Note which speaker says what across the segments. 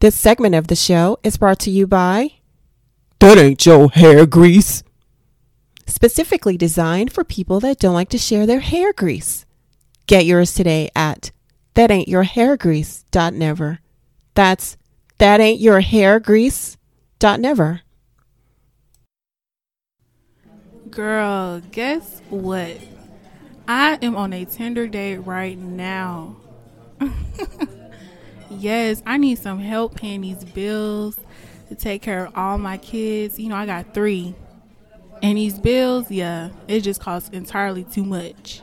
Speaker 1: This segment of the show is brought to you by
Speaker 2: That ain't your hair grease.
Speaker 1: specifically designed for people that don't like to share their hair grease. Get yours today at that ain't your hair grease dot never. That's that ain't your hair grease dot never.
Speaker 3: Girl, guess what? I am on a Tinder date right now. yes, I need some help paying these bills to take care of all my kids. You know, I got three. And these bills, yeah, it just costs entirely too much.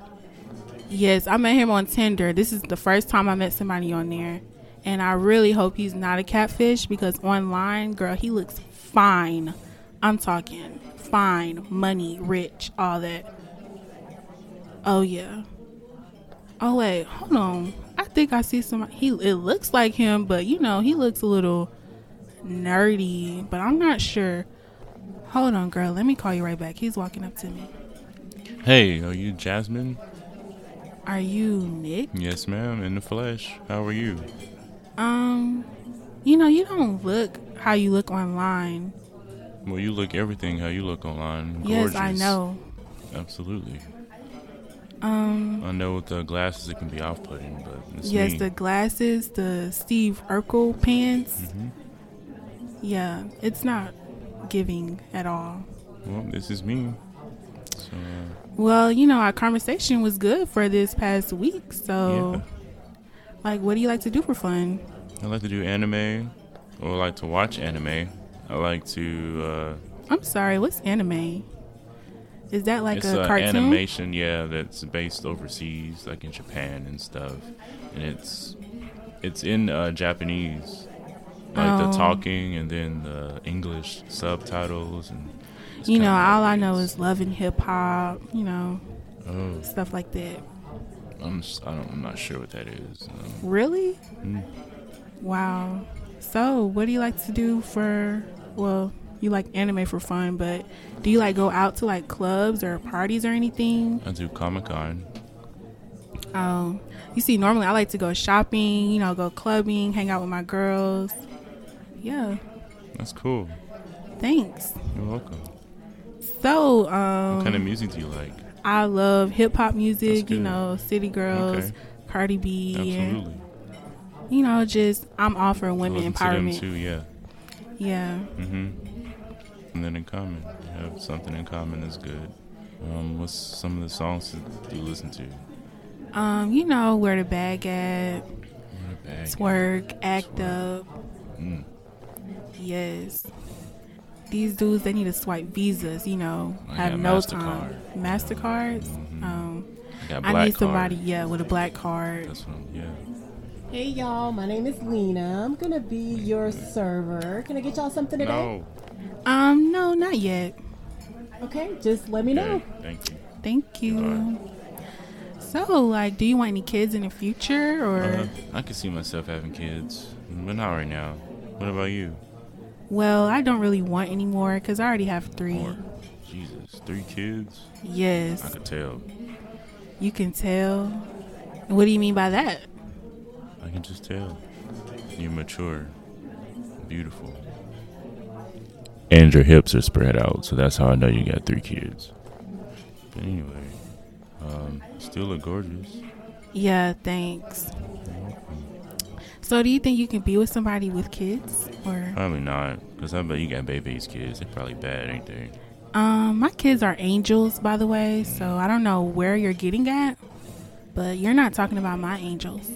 Speaker 3: Yes, I met him on Tinder. This is the first time I met somebody on there. And I really hope he's not a catfish because online, girl, he looks fine. I'm talking fine, money, rich, all that. Oh, yeah. Oh, wait, hold on. I think I see somebody. He, it looks like him, but you know, he looks a little nerdy, but I'm not sure. Hold on, girl. Let me call you right back. He's walking up to me.
Speaker 4: Hey, are you Jasmine?
Speaker 3: Are you Nick?
Speaker 4: Yes, ma'am, in the flesh. How are you?
Speaker 3: Um, you know, you don't look how you look online.
Speaker 4: Well, you look everything how you look online.
Speaker 3: Yes, I
Speaker 4: Gorgeous.
Speaker 3: know.
Speaker 4: Absolutely.
Speaker 3: Um,
Speaker 4: I know with the glasses it can be off putting, but it's
Speaker 3: yes,
Speaker 4: me.
Speaker 3: the glasses, the Steve Urkel pants.
Speaker 4: Mm-hmm.
Speaker 3: Yeah, it's not giving at all.
Speaker 4: well, this is me. So, uh,
Speaker 3: Well, you know, our conversation was good for this past week. So, like, what do you like to do for fun?
Speaker 4: I like to do anime, or like to watch anime. I like to. Uh,
Speaker 3: I'm sorry, what's anime? Is that like
Speaker 4: it's
Speaker 3: a
Speaker 4: a
Speaker 3: cartoon?
Speaker 4: animation, yeah, that's based overseas, like in Japan and stuff, and it's it's in uh, Japanese, like
Speaker 3: Oh.
Speaker 4: the talking and then the English subtitles and. it's
Speaker 3: you know,
Speaker 4: kinda like
Speaker 3: all I know
Speaker 4: it's-
Speaker 3: is love and hip hop. You know,
Speaker 4: Oh,
Speaker 3: stuff like that.
Speaker 4: I'm s- I don't, I'm not sure what that is. Um,
Speaker 3: Really?
Speaker 4: Mm.
Speaker 3: Wow. So, what do you like to do for? Well, you like anime for fun, but do you like go out to like clubs or parties or anything?
Speaker 4: I do Comic Con.
Speaker 3: Um, you see, normally I like to go shopping. You know, go clubbing, hang out with my girls. Yeah.
Speaker 4: That's cool.
Speaker 3: Thanks.
Speaker 4: You're welcome.
Speaker 3: So,
Speaker 4: what
Speaker 3: um,
Speaker 4: kind of music do you like?
Speaker 3: I love hip hop music.
Speaker 4: That's
Speaker 3: You
Speaker 4: good.
Speaker 3: know, City Girls,
Speaker 4: Okay.
Speaker 3: Cardi B, and
Speaker 4: Absolutely.
Speaker 3: you know, just I'm all for
Speaker 4: I
Speaker 3: women
Speaker 4: listen to them
Speaker 3: empowerment.
Speaker 4: too. Yeah.
Speaker 3: Yeah.
Speaker 4: hmm And then in common, you have something in common that's good. Um, what's some of the songs that you listen to?
Speaker 3: Um, you know where the bag at.
Speaker 4: What a bag.
Speaker 3: Twerk, act up.
Speaker 4: Mm.
Speaker 3: Yes. These dudes, they need to swipe visas, you know,
Speaker 4: I
Speaker 3: have
Speaker 4: got
Speaker 3: no time.
Speaker 4: MasterCard.
Speaker 3: MasterCards?
Speaker 4: Mhm.
Speaker 3: Um,
Speaker 4: I, got
Speaker 3: I
Speaker 4: Black
Speaker 3: need somebody,
Speaker 4: Card.
Speaker 3: yeah, with a black card.
Speaker 4: That's one. Yeah.
Speaker 1: Hey y'all, my name is Lena. I'm gonna be your server. Can I get y'all something
Speaker 4: No.
Speaker 3: Um, no, not yet.
Speaker 1: Okay, just let me
Speaker 4: Okay, thank you.
Speaker 3: Thank you. So, like, do you want any kids in the future or?
Speaker 4: Uh, I could see myself having kids, but not right now. What about you?
Speaker 3: Well, I don't really want any more because I already have three.
Speaker 4: Or Jesus, three kids? I
Speaker 3: Yes,
Speaker 4: could tell.
Speaker 3: you can tell. What do you mean by that?
Speaker 4: I can just tell. You're mature, beautiful, and your hips are spread out. So that's how I know you got three kids. But anyway, um, still look gorgeous.
Speaker 3: Yeah, thanks. So, do you think you can be with somebody with kids, or
Speaker 4: Probably not, because I bet you got baby's kids. They're probably bad, ain't they?
Speaker 3: um, my kids are angels, by the way. So I don't know where you're getting at, but you're not talking about my angels.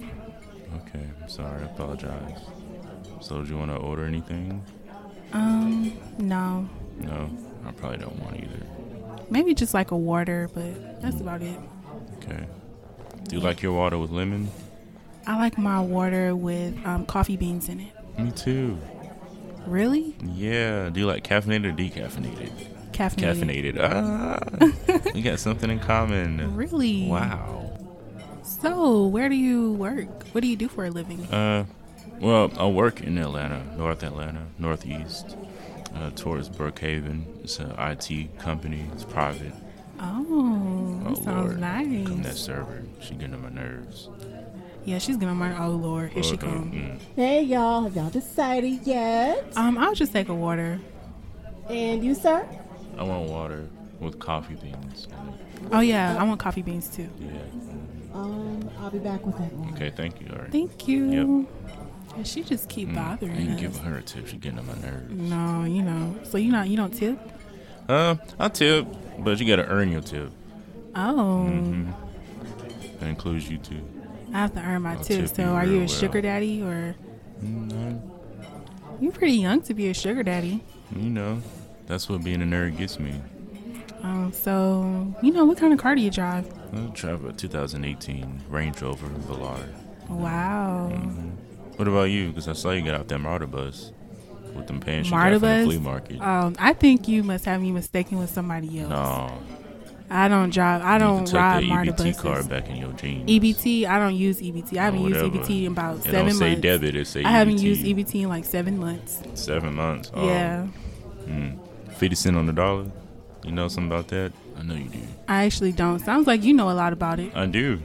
Speaker 4: Okay, I'm sorry. I apologize. So, do you want to order anything?
Speaker 3: Um, no,
Speaker 4: No, I probably don't want either.
Speaker 3: maybe just like a water, but that's about it.
Speaker 4: Okay. Do you like your water with lemon?
Speaker 3: I like my water with um, coffee beans in it.
Speaker 4: Me too.
Speaker 3: Really?
Speaker 4: Yeah. Do you like caffeinated or decaffeinated?
Speaker 3: Caffeinated.
Speaker 4: Caffeinated. Ah, we got something in common.
Speaker 3: Really?
Speaker 4: Wow.
Speaker 3: So, where do you work? What do you do for a living?
Speaker 4: Uh, well, I work in Atlanta, North Atlanta, Northeast, uh, towards Brookhaven. It's an IT company. It's private.
Speaker 3: Oh, that sounds
Speaker 4: Lord. Here Come that
Speaker 3: nice.
Speaker 4: server. She getting on my nerves.
Speaker 3: Yeah, she's gonna murder. Oh Lord, here she
Speaker 4: Okay,
Speaker 3: comes.
Speaker 4: mm.
Speaker 5: Hey y'all, have y'all decided yet?
Speaker 3: Um, I'll just take a water.
Speaker 5: And you, sir?
Speaker 4: I want water with coffee beans. in it.
Speaker 3: Oh yeah, I want coffee beans too.
Speaker 4: Yeah. mm.
Speaker 5: Um, I'll be back with that one.
Speaker 4: Okay, thank you. All right.
Speaker 3: Thank you. Yeah, she just keep
Speaker 4: I
Speaker 3: bothering
Speaker 4: ain't
Speaker 3: us.
Speaker 4: giving her a tip. She's getting on my nerves.
Speaker 3: no, you know. So you not you don't tip?
Speaker 4: Uh, I'll tip, but you gotta earn your tip.
Speaker 3: Oh,
Speaker 4: Mm-hmm. That includes you too.
Speaker 3: I have to earn my
Speaker 4: I'll
Speaker 3: tip.
Speaker 4: tip
Speaker 3: So
Speaker 4: you
Speaker 3: are you a
Speaker 4: real well.
Speaker 3: sugar daddy or
Speaker 4: Mm,
Speaker 3: you're pretty young to be a sugar daddy?
Speaker 4: I- you know, that's what being a nerd gets me.
Speaker 3: Um, so you know what kind of car do you drive?
Speaker 4: I drive a 2018 Range Rover Velar.
Speaker 3: Wow,
Speaker 4: Mm, What about you? Because I saw you got out that martyr bus with them pants you
Speaker 3: Marta
Speaker 4: got from the
Speaker 3: bus?
Speaker 4: flea market.
Speaker 3: Um, I think you must have me mistaken with somebody else.
Speaker 4: no,
Speaker 3: I don't drive. I
Speaker 4: you
Speaker 3: don't
Speaker 4: can
Speaker 3: ride
Speaker 4: tuck
Speaker 3: Marta
Speaker 4: that E EBT
Speaker 3: buses.
Speaker 4: card back in your jeans.
Speaker 3: EBT. E I don't use EBT. I haven't
Speaker 4: Oh,
Speaker 3: used
Speaker 4: whatever.
Speaker 3: EBT in about
Speaker 4: It
Speaker 3: seven
Speaker 4: don't say E
Speaker 3: months.
Speaker 4: debit. It say
Speaker 3: I haven't
Speaker 4: EBT.
Speaker 3: used EBT in like seven months.
Speaker 4: Seven months. Oh,
Speaker 3: Yeah,
Speaker 4: Fifty cent on the dollar. You know something about that? I know you do.
Speaker 3: I actually don't. Sounds like you know a lot about it.
Speaker 4: I do.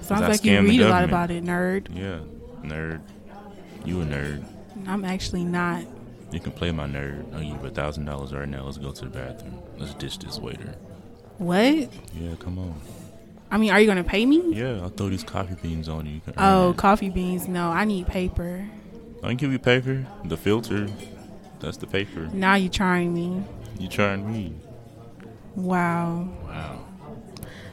Speaker 3: Sounds
Speaker 4: Uh, I
Speaker 3: like you
Speaker 4: scammed the
Speaker 3: read a lot
Speaker 4: government.
Speaker 3: about it, nerd.
Speaker 4: Yeah, nerd. You a nerd.
Speaker 3: I'm actually not.
Speaker 4: You can play my nerd. I'll give you a thousand dollars right now. Let's go to the bathroom. Let's ditch this waiter.
Speaker 3: What?
Speaker 4: Yeah, come on.
Speaker 3: I mean, are you gonna pay me?
Speaker 4: Yeah, I'll throw these coffee beans on you. you can earn
Speaker 3: Oh,
Speaker 4: it.
Speaker 3: coffee beans. No, I need paper.
Speaker 4: I can give you paper. The filter. That's the paper.
Speaker 3: Now you're trying me.
Speaker 4: You trying me?
Speaker 3: Wow.
Speaker 4: Wow.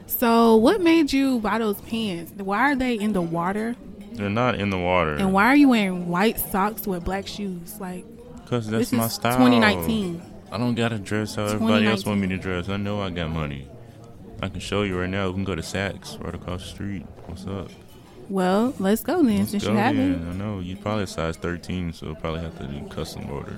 Speaker 3: So, what made you buy those pants? Why are they in the water?
Speaker 4: They're not in the water.
Speaker 3: And why are you wearing white socks with black shoes? Like
Speaker 4: Cause that's
Speaker 3: this
Speaker 4: my
Speaker 3: is
Speaker 4: style.
Speaker 3: 2019.
Speaker 4: I don't gotta dress how everybody else
Speaker 3: 2019.
Speaker 4: want me to dress. I know I got money. I can show you right now. We can go to Saks right across the street. What's up?
Speaker 3: Well, let's go then since you have
Speaker 4: then.
Speaker 3: it.
Speaker 4: I know you probably a size 13, so probably have to do custom order.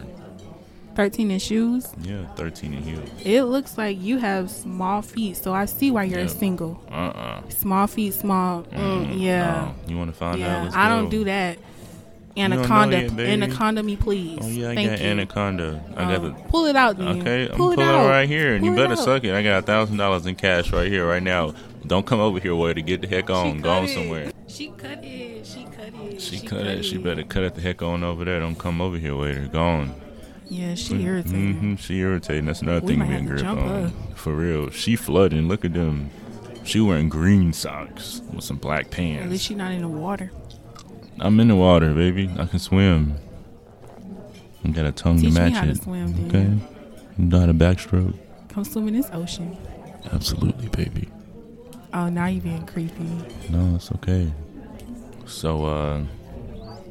Speaker 3: 13 in shoes.
Speaker 4: Yeah, 13 in heels.
Speaker 3: It looks like you have small feet, so I see why you're
Speaker 4: Yeah. Mm-hmm.
Speaker 3: single.
Speaker 4: Uh uh
Speaker 3: Small feet, small. Mm, yeah.
Speaker 4: You want to find out?
Speaker 3: Yeah.
Speaker 4: Let's
Speaker 3: I
Speaker 4: go.
Speaker 3: don't do that.
Speaker 4: know
Speaker 3: Anaconda.
Speaker 4: yet, baby.
Speaker 3: Anaconda me, please.
Speaker 4: Oh yeah, I
Speaker 3: Thank
Speaker 4: got
Speaker 3: you.
Speaker 4: anaconda. I got
Speaker 3: Um,
Speaker 4: the.
Speaker 3: pull it out then.
Speaker 4: Okay,
Speaker 3: pull
Speaker 4: I'm
Speaker 3: it
Speaker 4: pulling
Speaker 3: out.
Speaker 4: right here, and you
Speaker 3: Pull it
Speaker 4: better
Speaker 3: out.
Speaker 4: suck it. I got a thousand dollars in cash right here, right now. Don't come over here, waiter. Get the heck on. Go on somewhere.
Speaker 3: She cut it. She cut it.
Speaker 4: She, cut it. She better cut it the heck on over there. Don't come over here, waiter. Go on.
Speaker 3: Yeah, she irritating.
Speaker 4: hmm She irritating. That's another
Speaker 3: We
Speaker 4: thing
Speaker 3: might
Speaker 4: we
Speaker 3: have
Speaker 4: can
Speaker 3: to
Speaker 4: grip
Speaker 3: jump
Speaker 4: on. For real. She flooding. Look at them. She wearing green socks with some black
Speaker 3: At least
Speaker 4: pants.
Speaker 3: she not in the water.
Speaker 4: I'm in the water, baby. I can swim. I got a tongue
Speaker 3: Teach
Speaker 4: to
Speaker 3: me
Speaker 4: match
Speaker 3: how to
Speaker 4: it.
Speaker 3: swim, dude.
Speaker 4: okay. You know how to backstroke?
Speaker 3: Come swim in this ocean.
Speaker 4: Absolutely, baby.
Speaker 3: Oh, now you being creepy.
Speaker 4: No, it's okay. So, uh,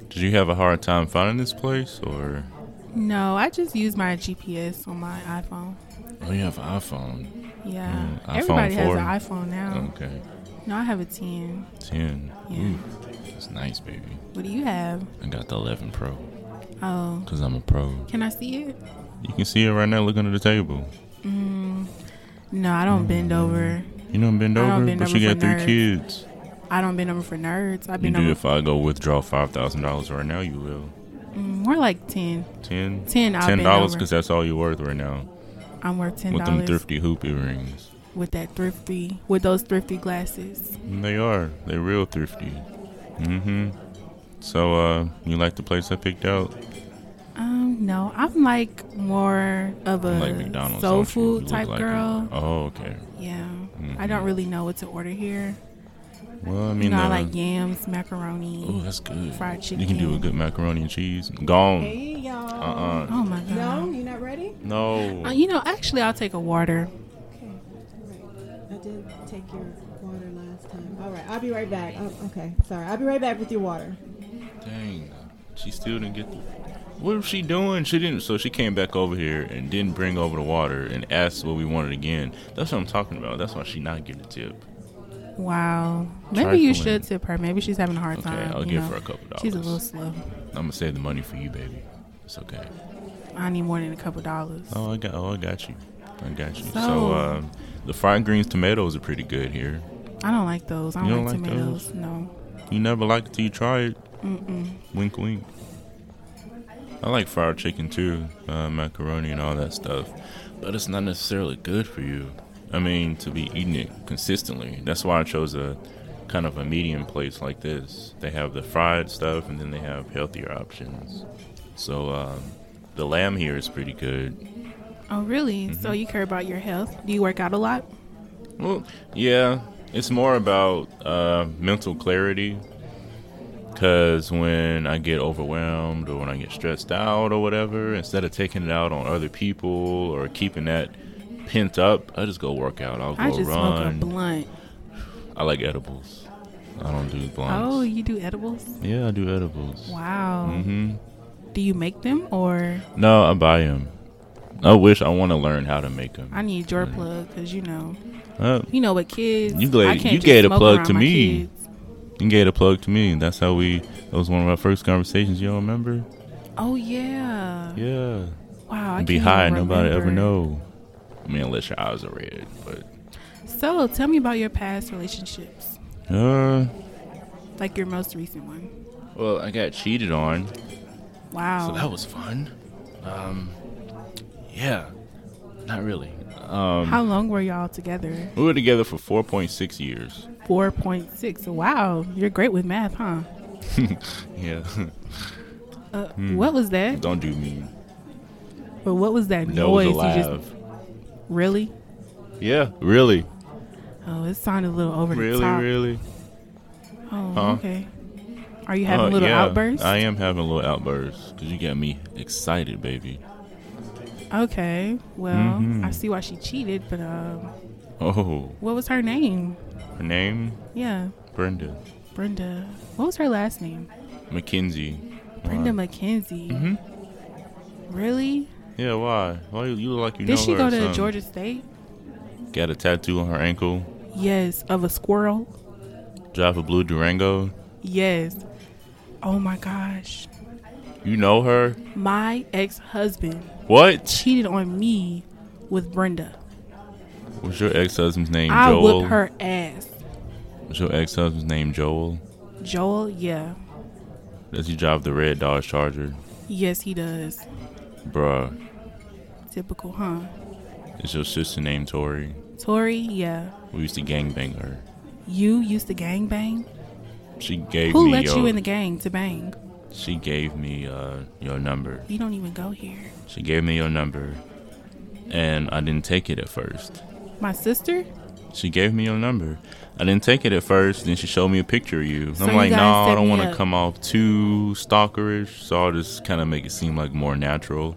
Speaker 4: did you have a hard time finding this place, or?
Speaker 3: No, I just use my GPS on my iPhone.
Speaker 4: Oh, you have an iPhone.
Speaker 3: Yeah,
Speaker 4: Mm, iPhone Um,
Speaker 3: everybody has
Speaker 4: 4?
Speaker 3: an iPhone now.
Speaker 4: Okay,
Speaker 3: No, I have a ten.
Speaker 4: ten.
Speaker 3: Oh. Yeah.
Speaker 4: Ooh, that's nice, baby.
Speaker 3: What do you have?
Speaker 4: I got the 11 Pro
Speaker 3: Oh,
Speaker 4: because I'm a pro.
Speaker 3: can I see it?
Speaker 4: You can see it right now looking at the table.
Speaker 3: Mm, no, I don't bend
Speaker 4: Mm.
Speaker 3: over.
Speaker 4: You don't bend
Speaker 3: I
Speaker 4: over,
Speaker 3: don't bend
Speaker 4: but
Speaker 3: over
Speaker 4: you
Speaker 3: for
Speaker 4: got three
Speaker 3: nerds.
Speaker 4: kids.
Speaker 3: I don't bend over for nerds. I
Speaker 4: You
Speaker 3: bend
Speaker 4: do.
Speaker 3: over
Speaker 4: If I go withdraw five thousand dollars right now, you will.
Speaker 3: mm, more like ten.
Speaker 4: Ten.
Speaker 3: Ten. I'll
Speaker 4: Ten
Speaker 3: bend
Speaker 4: dollars
Speaker 3: over.
Speaker 4: because that's all you're worth right now
Speaker 3: I'm worth ten
Speaker 4: with them
Speaker 3: dollars
Speaker 4: thrifty hoop earrings.
Speaker 3: with that thrifty, with those thrifty glasses.
Speaker 4: And They are. They're real thrifty. Mm-hmm. So, uh, you like the place I picked out?
Speaker 3: Um, no, I'm like more of a
Speaker 4: like McDonald's.
Speaker 3: soul
Speaker 4: don't you? You
Speaker 3: food
Speaker 4: look
Speaker 3: type
Speaker 4: like Mm-hmm. it.
Speaker 3: girl.
Speaker 4: Oh, okay.
Speaker 3: Yeah, I don't really know what to order here.
Speaker 4: Well, I mean,
Speaker 3: You know, I
Speaker 4: uh,
Speaker 3: like yams, macaroni.
Speaker 4: oh, that's good.
Speaker 3: fried
Speaker 4: You can do a
Speaker 3: chicken.
Speaker 4: good macaroni and cheese. Gone.
Speaker 5: Hey y'all.
Speaker 4: Uh-uh.
Speaker 3: Oh my god.
Speaker 5: No, you not ready?
Speaker 4: No.
Speaker 3: Uh, you know, actually, I'll take a water.
Speaker 5: Okay. All right. I did take your water last time. All right. I'll be right back. Oh, okay. Sorry. I'll be right back with your water.
Speaker 4: Dang, she still didn't get the. What was she doing? She didn't. So she came back over here and didn't bring over the water and asked what we wanted again. That's what I'm talking about. That's why she not getting a tip.
Speaker 3: Wow. Maybe
Speaker 4: Trifling.
Speaker 3: you should tip her. Maybe she's having a hard
Speaker 4: Okay,
Speaker 3: time.
Speaker 4: I'll
Speaker 3: you
Speaker 4: give
Speaker 3: know.
Speaker 4: her a couple dollars.
Speaker 3: She's a little slow.
Speaker 4: I'm gonna save the money for you, baby. It's okay.
Speaker 3: I need more than a couple dollars.
Speaker 4: Oh, I got. Oh, I got you. I got you. So,
Speaker 3: So-
Speaker 4: um, the fried greens tomatoes are pretty good here.
Speaker 3: I don't like those. I
Speaker 4: You
Speaker 3: don't,
Speaker 4: don't
Speaker 3: like,
Speaker 4: like
Speaker 3: tomatoes. No.
Speaker 4: You never like it till you try it.
Speaker 3: Mm-mm.
Speaker 4: Wink, wink. I like fried chicken too, uh, macaroni and all that stuff, but it's not necessarily good for you. I mean, to be eating it consistently. That's why I chose a kind of a medium place like this. They have the fried stuff, and then they have healthier options. So um, the lamb here is pretty good.
Speaker 3: Oh, really? So
Speaker 4: Mm-hmm.
Speaker 3: you care about your health? Do you work out a lot?
Speaker 4: Well, yeah, it's more about uh, mental clarity. Because when I get overwhelmed or when I get stressed out or whatever, instead of taking it out on other people or keeping that pent up, I just go work out. I'll go
Speaker 3: I just
Speaker 4: run.
Speaker 3: smoke a blunt.
Speaker 4: I like edibles. I don't do blunts.
Speaker 3: Oh, you do edibles?
Speaker 4: yeah, I do edibles.
Speaker 3: Wow.
Speaker 4: hmm
Speaker 3: Do you make them or
Speaker 4: No, I buy them. I wish I want to learn how to make them.
Speaker 3: I need your plug because you know,
Speaker 4: Uh,
Speaker 3: you know, with kids,
Speaker 4: You gla-
Speaker 3: I can't
Speaker 4: you
Speaker 3: just
Speaker 4: gave a
Speaker 3: smoke
Speaker 4: plug
Speaker 3: around
Speaker 4: to
Speaker 3: my
Speaker 4: me.
Speaker 3: kids.
Speaker 4: you gave a plug to me. That's how we. That was one of our first conversations. You all remember?
Speaker 3: Oh yeah.
Speaker 4: Yeah.
Speaker 3: Wow. I
Speaker 4: Be
Speaker 3: can't
Speaker 4: high.
Speaker 3: even
Speaker 4: Nobody ever
Speaker 3: remember.
Speaker 4: know. I mean, unless your eyes are red. But
Speaker 3: So tell me about your past relationships,
Speaker 4: uh,
Speaker 3: like your most recent one.
Speaker 4: well, I got cheated on,
Speaker 3: Wow.
Speaker 4: so that was fun. Um, yeah, not really. um,
Speaker 3: How long were y'all together?
Speaker 4: We were together for 4.6 years.
Speaker 3: Four point six. Wow. You're great with math, huh?
Speaker 4: Yeah.
Speaker 3: Uh,
Speaker 4: Hmm.
Speaker 3: What was that?
Speaker 4: Don't do me.
Speaker 3: But what was that
Speaker 4: No,
Speaker 3: noise?
Speaker 4: was
Speaker 3: You just
Speaker 4: alive.
Speaker 3: really?
Speaker 4: Yeah, really,
Speaker 3: Oh, it sounded a little over the
Speaker 4: really,
Speaker 3: top.
Speaker 4: really.
Speaker 3: Oh,
Speaker 4: Huh?
Speaker 3: okay. Are you having
Speaker 4: Uh,
Speaker 3: little
Speaker 4: yeah,
Speaker 3: outbursts?
Speaker 4: I am having little outbursts because you got me excited, baby.
Speaker 3: Okay. Well,
Speaker 4: Mhm.
Speaker 3: I see why she cheated, but um,
Speaker 4: Oh,
Speaker 3: what was her name?
Speaker 4: her name
Speaker 3: Yeah,
Speaker 4: Brenda
Speaker 3: Brenda. What was her last name?
Speaker 4: McKenzie. Uh,
Speaker 3: Brenda McKenzie.
Speaker 4: hmm
Speaker 3: Really?
Speaker 4: Yeah, why? Why you, you look like you mm-hmm. know
Speaker 3: Did she
Speaker 4: her um,
Speaker 3: go
Speaker 4: or
Speaker 3: to
Speaker 4: something.
Speaker 3: Georgia State?
Speaker 4: Got a tattoo on her ankle.
Speaker 3: Yes. Of a squirrel?
Speaker 4: Drive a blue Durango.
Speaker 3: Yes. Oh my gosh.
Speaker 4: You know her?
Speaker 3: My ex husband
Speaker 4: What?
Speaker 3: cheated on me with Brenda.
Speaker 4: Was your ex husband's name
Speaker 3: I
Speaker 4: Joel?
Speaker 3: whipped her ass.
Speaker 4: Was your ex husband's name Joel?
Speaker 3: Joel, yeah.
Speaker 4: Does he drive the red Dodge Charger?
Speaker 3: Yes, he does.
Speaker 4: Bruh,
Speaker 3: Typical, huh?
Speaker 4: is your sister named Tori?
Speaker 3: Tori, yeah.
Speaker 4: We used to gangbang her.
Speaker 3: You used to gang bang?
Speaker 4: She gave
Speaker 3: Who
Speaker 4: me
Speaker 3: let
Speaker 4: your,
Speaker 3: you in the gang to bang?
Speaker 4: She gave me uh, your number.
Speaker 3: You don't even go here.
Speaker 4: She gave me your number, and I didn't take it at first.
Speaker 3: My sister?
Speaker 4: She gave me your number. I didn't take it at first. Then she showed me a picture of you. And
Speaker 3: So
Speaker 4: I'm
Speaker 3: you
Speaker 4: like, no,
Speaker 3: guys set
Speaker 4: I don't
Speaker 3: me
Speaker 4: want
Speaker 3: up."
Speaker 4: to come off too stalkerish. So I'll just kind of make it seem like more natural.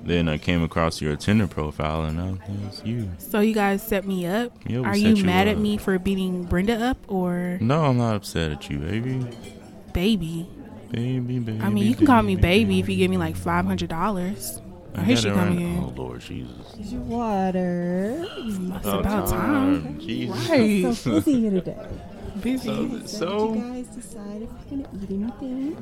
Speaker 4: Then I came across your Tinder profile, and I was you.
Speaker 3: So you guys set me up?
Speaker 4: Yeah, we
Speaker 3: Are
Speaker 4: set
Speaker 3: you
Speaker 4: you
Speaker 3: mad
Speaker 4: up.
Speaker 3: at me for beating Brenda up or
Speaker 4: No, I'm not upset at you, baby.
Speaker 3: baby?
Speaker 4: Baby, baby.
Speaker 3: I mean, you can call me baby if you give me like $500.
Speaker 4: I
Speaker 3: Oh, here
Speaker 4: got
Speaker 3: she
Speaker 4: it
Speaker 3: coming
Speaker 4: right-
Speaker 3: in.
Speaker 4: Oh, Lord Jesus.
Speaker 5: Is your water?
Speaker 3: It's
Speaker 4: Oh,
Speaker 3: about time.
Speaker 4: Jesus.
Speaker 5: I'm so busy here today.
Speaker 3: Busy.
Speaker 5: Okay,
Speaker 4: So-
Speaker 5: did you guys decide if you're gonna eat anything?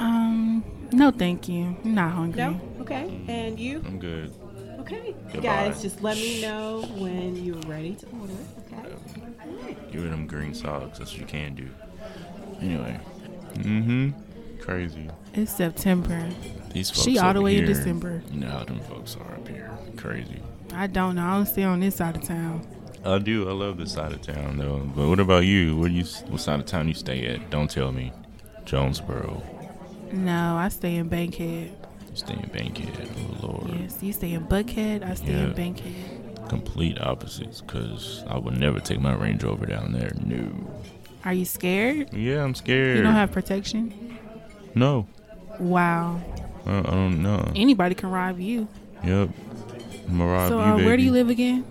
Speaker 3: Um, no, thank you. I'm not hungry.
Speaker 5: No. Okay. And you?
Speaker 4: I'm good.
Speaker 5: Okay.
Speaker 4: Goodbye.
Speaker 5: Guys, just let me know when you're ready to order. Okay. All right.
Speaker 4: Give her them green socks. That's what you can do. Anyway. Mm-hmm. Crazy.
Speaker 3: It's September.
Speaker 4: These folks
Speaker 3: She all the
Speaker 4: over
Speaker 3: way in
Speaker 4: here,
Speaker 3: December.
Speaker 4: You know how them folks are up here. Crazy.
Speaker 3: I don't know. I don't stay on this side of town.
Speaker 4: I do. I love this side of town though. But what about you? What do you? What side of town you stay at? Don't tell me. Jonesboro.
Speaker 3: No, I stay in Bankhead.
Speaker 4: You stay in Bankhead. Oh Lord.
Speaker 3: Yes, you stay in Buckhead. I stay
Speaker 4: Yeah.
Speaker 3: in Bankhead.
Speaker 4: Complete opposites. Cause I would never take my Range Rover down there. No.
Speaker 3: Are you scared?
Speaker 4: Yeah, I'm scared.
Speaker 3: You don't have protection?
Speaker 4: no.
Speaker 3: Wow.
Speaker 4: I, I don't know.
Speaker 3: Anybody can rob you.
Speaker 4: Yep. I'm a rob
Speaker 3: so,
Speaker 4: you,
Speaker 3: uh, where do
Speaker 4: baby.
Speaker 3: you live again?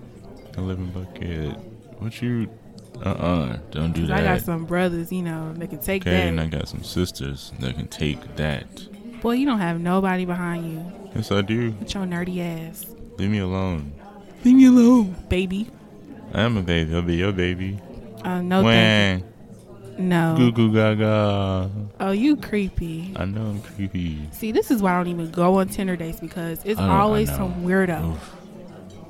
Speaker 4: I live in Buckhead. What you? Uh uh-uh, uh. do not do
Speaker 3: 'Cause
Speaker 4: that.
Speaker 3: I got some brothers, you know, they can take
Speaker 4: Okay, and I
Speaker 3: that.
Speaker 4: got some sisters that can take that.
Speaker 3: Boy, you don't have nobody behind you.
Speaker 4: Yes, I do.
Speaker 3: With your nerdy ass.
Speaker 4: Leave me alone.
Speaker 3: Leave me alone, baby.
Speaker 4: I am a baby. I'll be your baby.
Speaker 3: Uh, no, thank
Speaker 4: Wah.
Speaker 3: you. No.
Speaker 4: Goo goo gaga.
Speaker 3: Oh, you creepy.
Speaker 4: I know I'm creepy.
Speaker 3: See, this is why I don't even go on Tinder dates because it's
Speaker 4: I don't- I
Speaker 3: always
Speaker 4: know.
Speaker 3: some weirdo.
Speaker 4: Oof,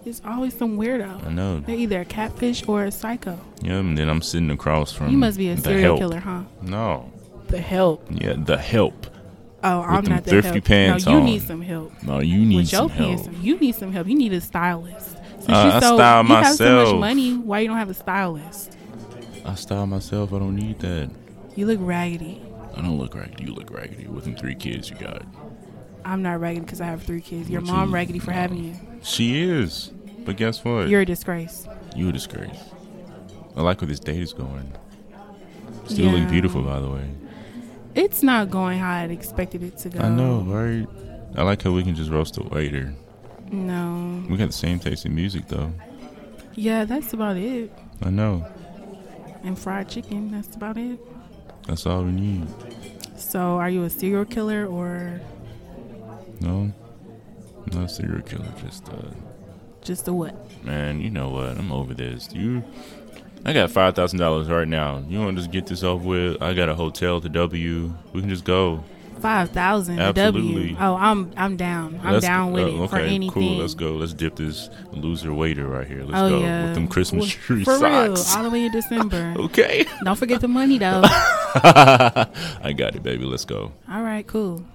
Speaker 3: It's always some weirdo.
Speaker 4: I know.
Speaker 3: They're either a catfish or a psycho.
Speaker 4: Yeah, and then I'm sitting across from.
Speaker 3: you must be a
Speaker 4: Mm. the
Speaker 3: serial
Speaker 4: help.
Speaker 3: killer, huh?
Speaker 4: No.
Speaker 3: The help.
Speaker 4: Yeah, the help.
Speaker 3: Oh, I'm
Speaker 4: them
Speaker 3: not the
Speaker 4: thrifty
Speaker 3: help.
Speaker 4: pants
Speaker 3: no, you
Speaker 4: on.
Speaker 3: need some help.
Speaker 4: No, you need
Speaker 3: With
Speaker 4: some
Speaker 3: your
Speaker 4: help.
Speaker 3: pants, you need some help. You need a stylist. Since
Speaker 4: Uh, I
Speaker 3: you so
Speaker 4: style
Speaker 3: you have so
Speaker 4: myself.
Speaker 3: much money, why you don't have a stylist?
Speaker 4: I style myself. I don't need that.
Speaker 3: You look raggedy.
Speaker 4: I don't look raggedy. You look raggedy with them three kids you got.
Speaker 3: I'm not raggedy because I have three kids. Your
Speaker 4: What
Speaker 3: mom
Speaker 4: you-
Speaker 3: raggedy for
Speaker 4: no.
Speaker 3: having you.
Speaker 4: She is. But guess what?
Speaker 3: You're a disgrace.
Speaker 4: You a disgrace. I like where this date is going. Still
Speaker 3: Yeah.
Speaker 4: look beautiful, by the way.
Speaker 3: It's not going how I'd expected it to go.
Speaker 4: I know, right? I like how we can just roast the waiter.
Speaker 3: No.
Speaker 4: We got the same taste in music, though.
Speaker 3: Yeah, that's about it.
Speaker 4: I know.
Speaker 3: And fried chicken, that's about it.
Speaker 4: That's all we need.
Speaker 3: So, are you a serial killer or
Speaker 4: No, not a serial killer. Just uh,
Speaker 3: just a what?
Speaker 4: man, you know what? I'm over this. You, I got five thousand dollars right now. You want to just get this over with? I got a hotel to W. We can just go.
Speaker 3: Five thousand W.
Speaker 4: Absolutely.
Speaker 3: Oh, I'm I'm down. I'm
Speaker 4: Let's-
Speaker 3: down with
Speaker 4: oh,
Speaker 3: it for anything.
Speaker 4: Cool. Let's go. Let's dip this loser waiter right here. Let's
Speaker 3: oh
Speaker 4: go
Speaker 3: yeah,
Speaker 4: with them Christmas
Speaker 3: Well,
Speaker 4: tree
Speaker 3: for
Speaker 4: socks.
Speaker 3: real, all the way in December.
Speaker 4: Okay.
Speaker 3: Don't forget the money though.
Speaker 4: I got it, baby. Let's go.
Speaker 3: all right, cool.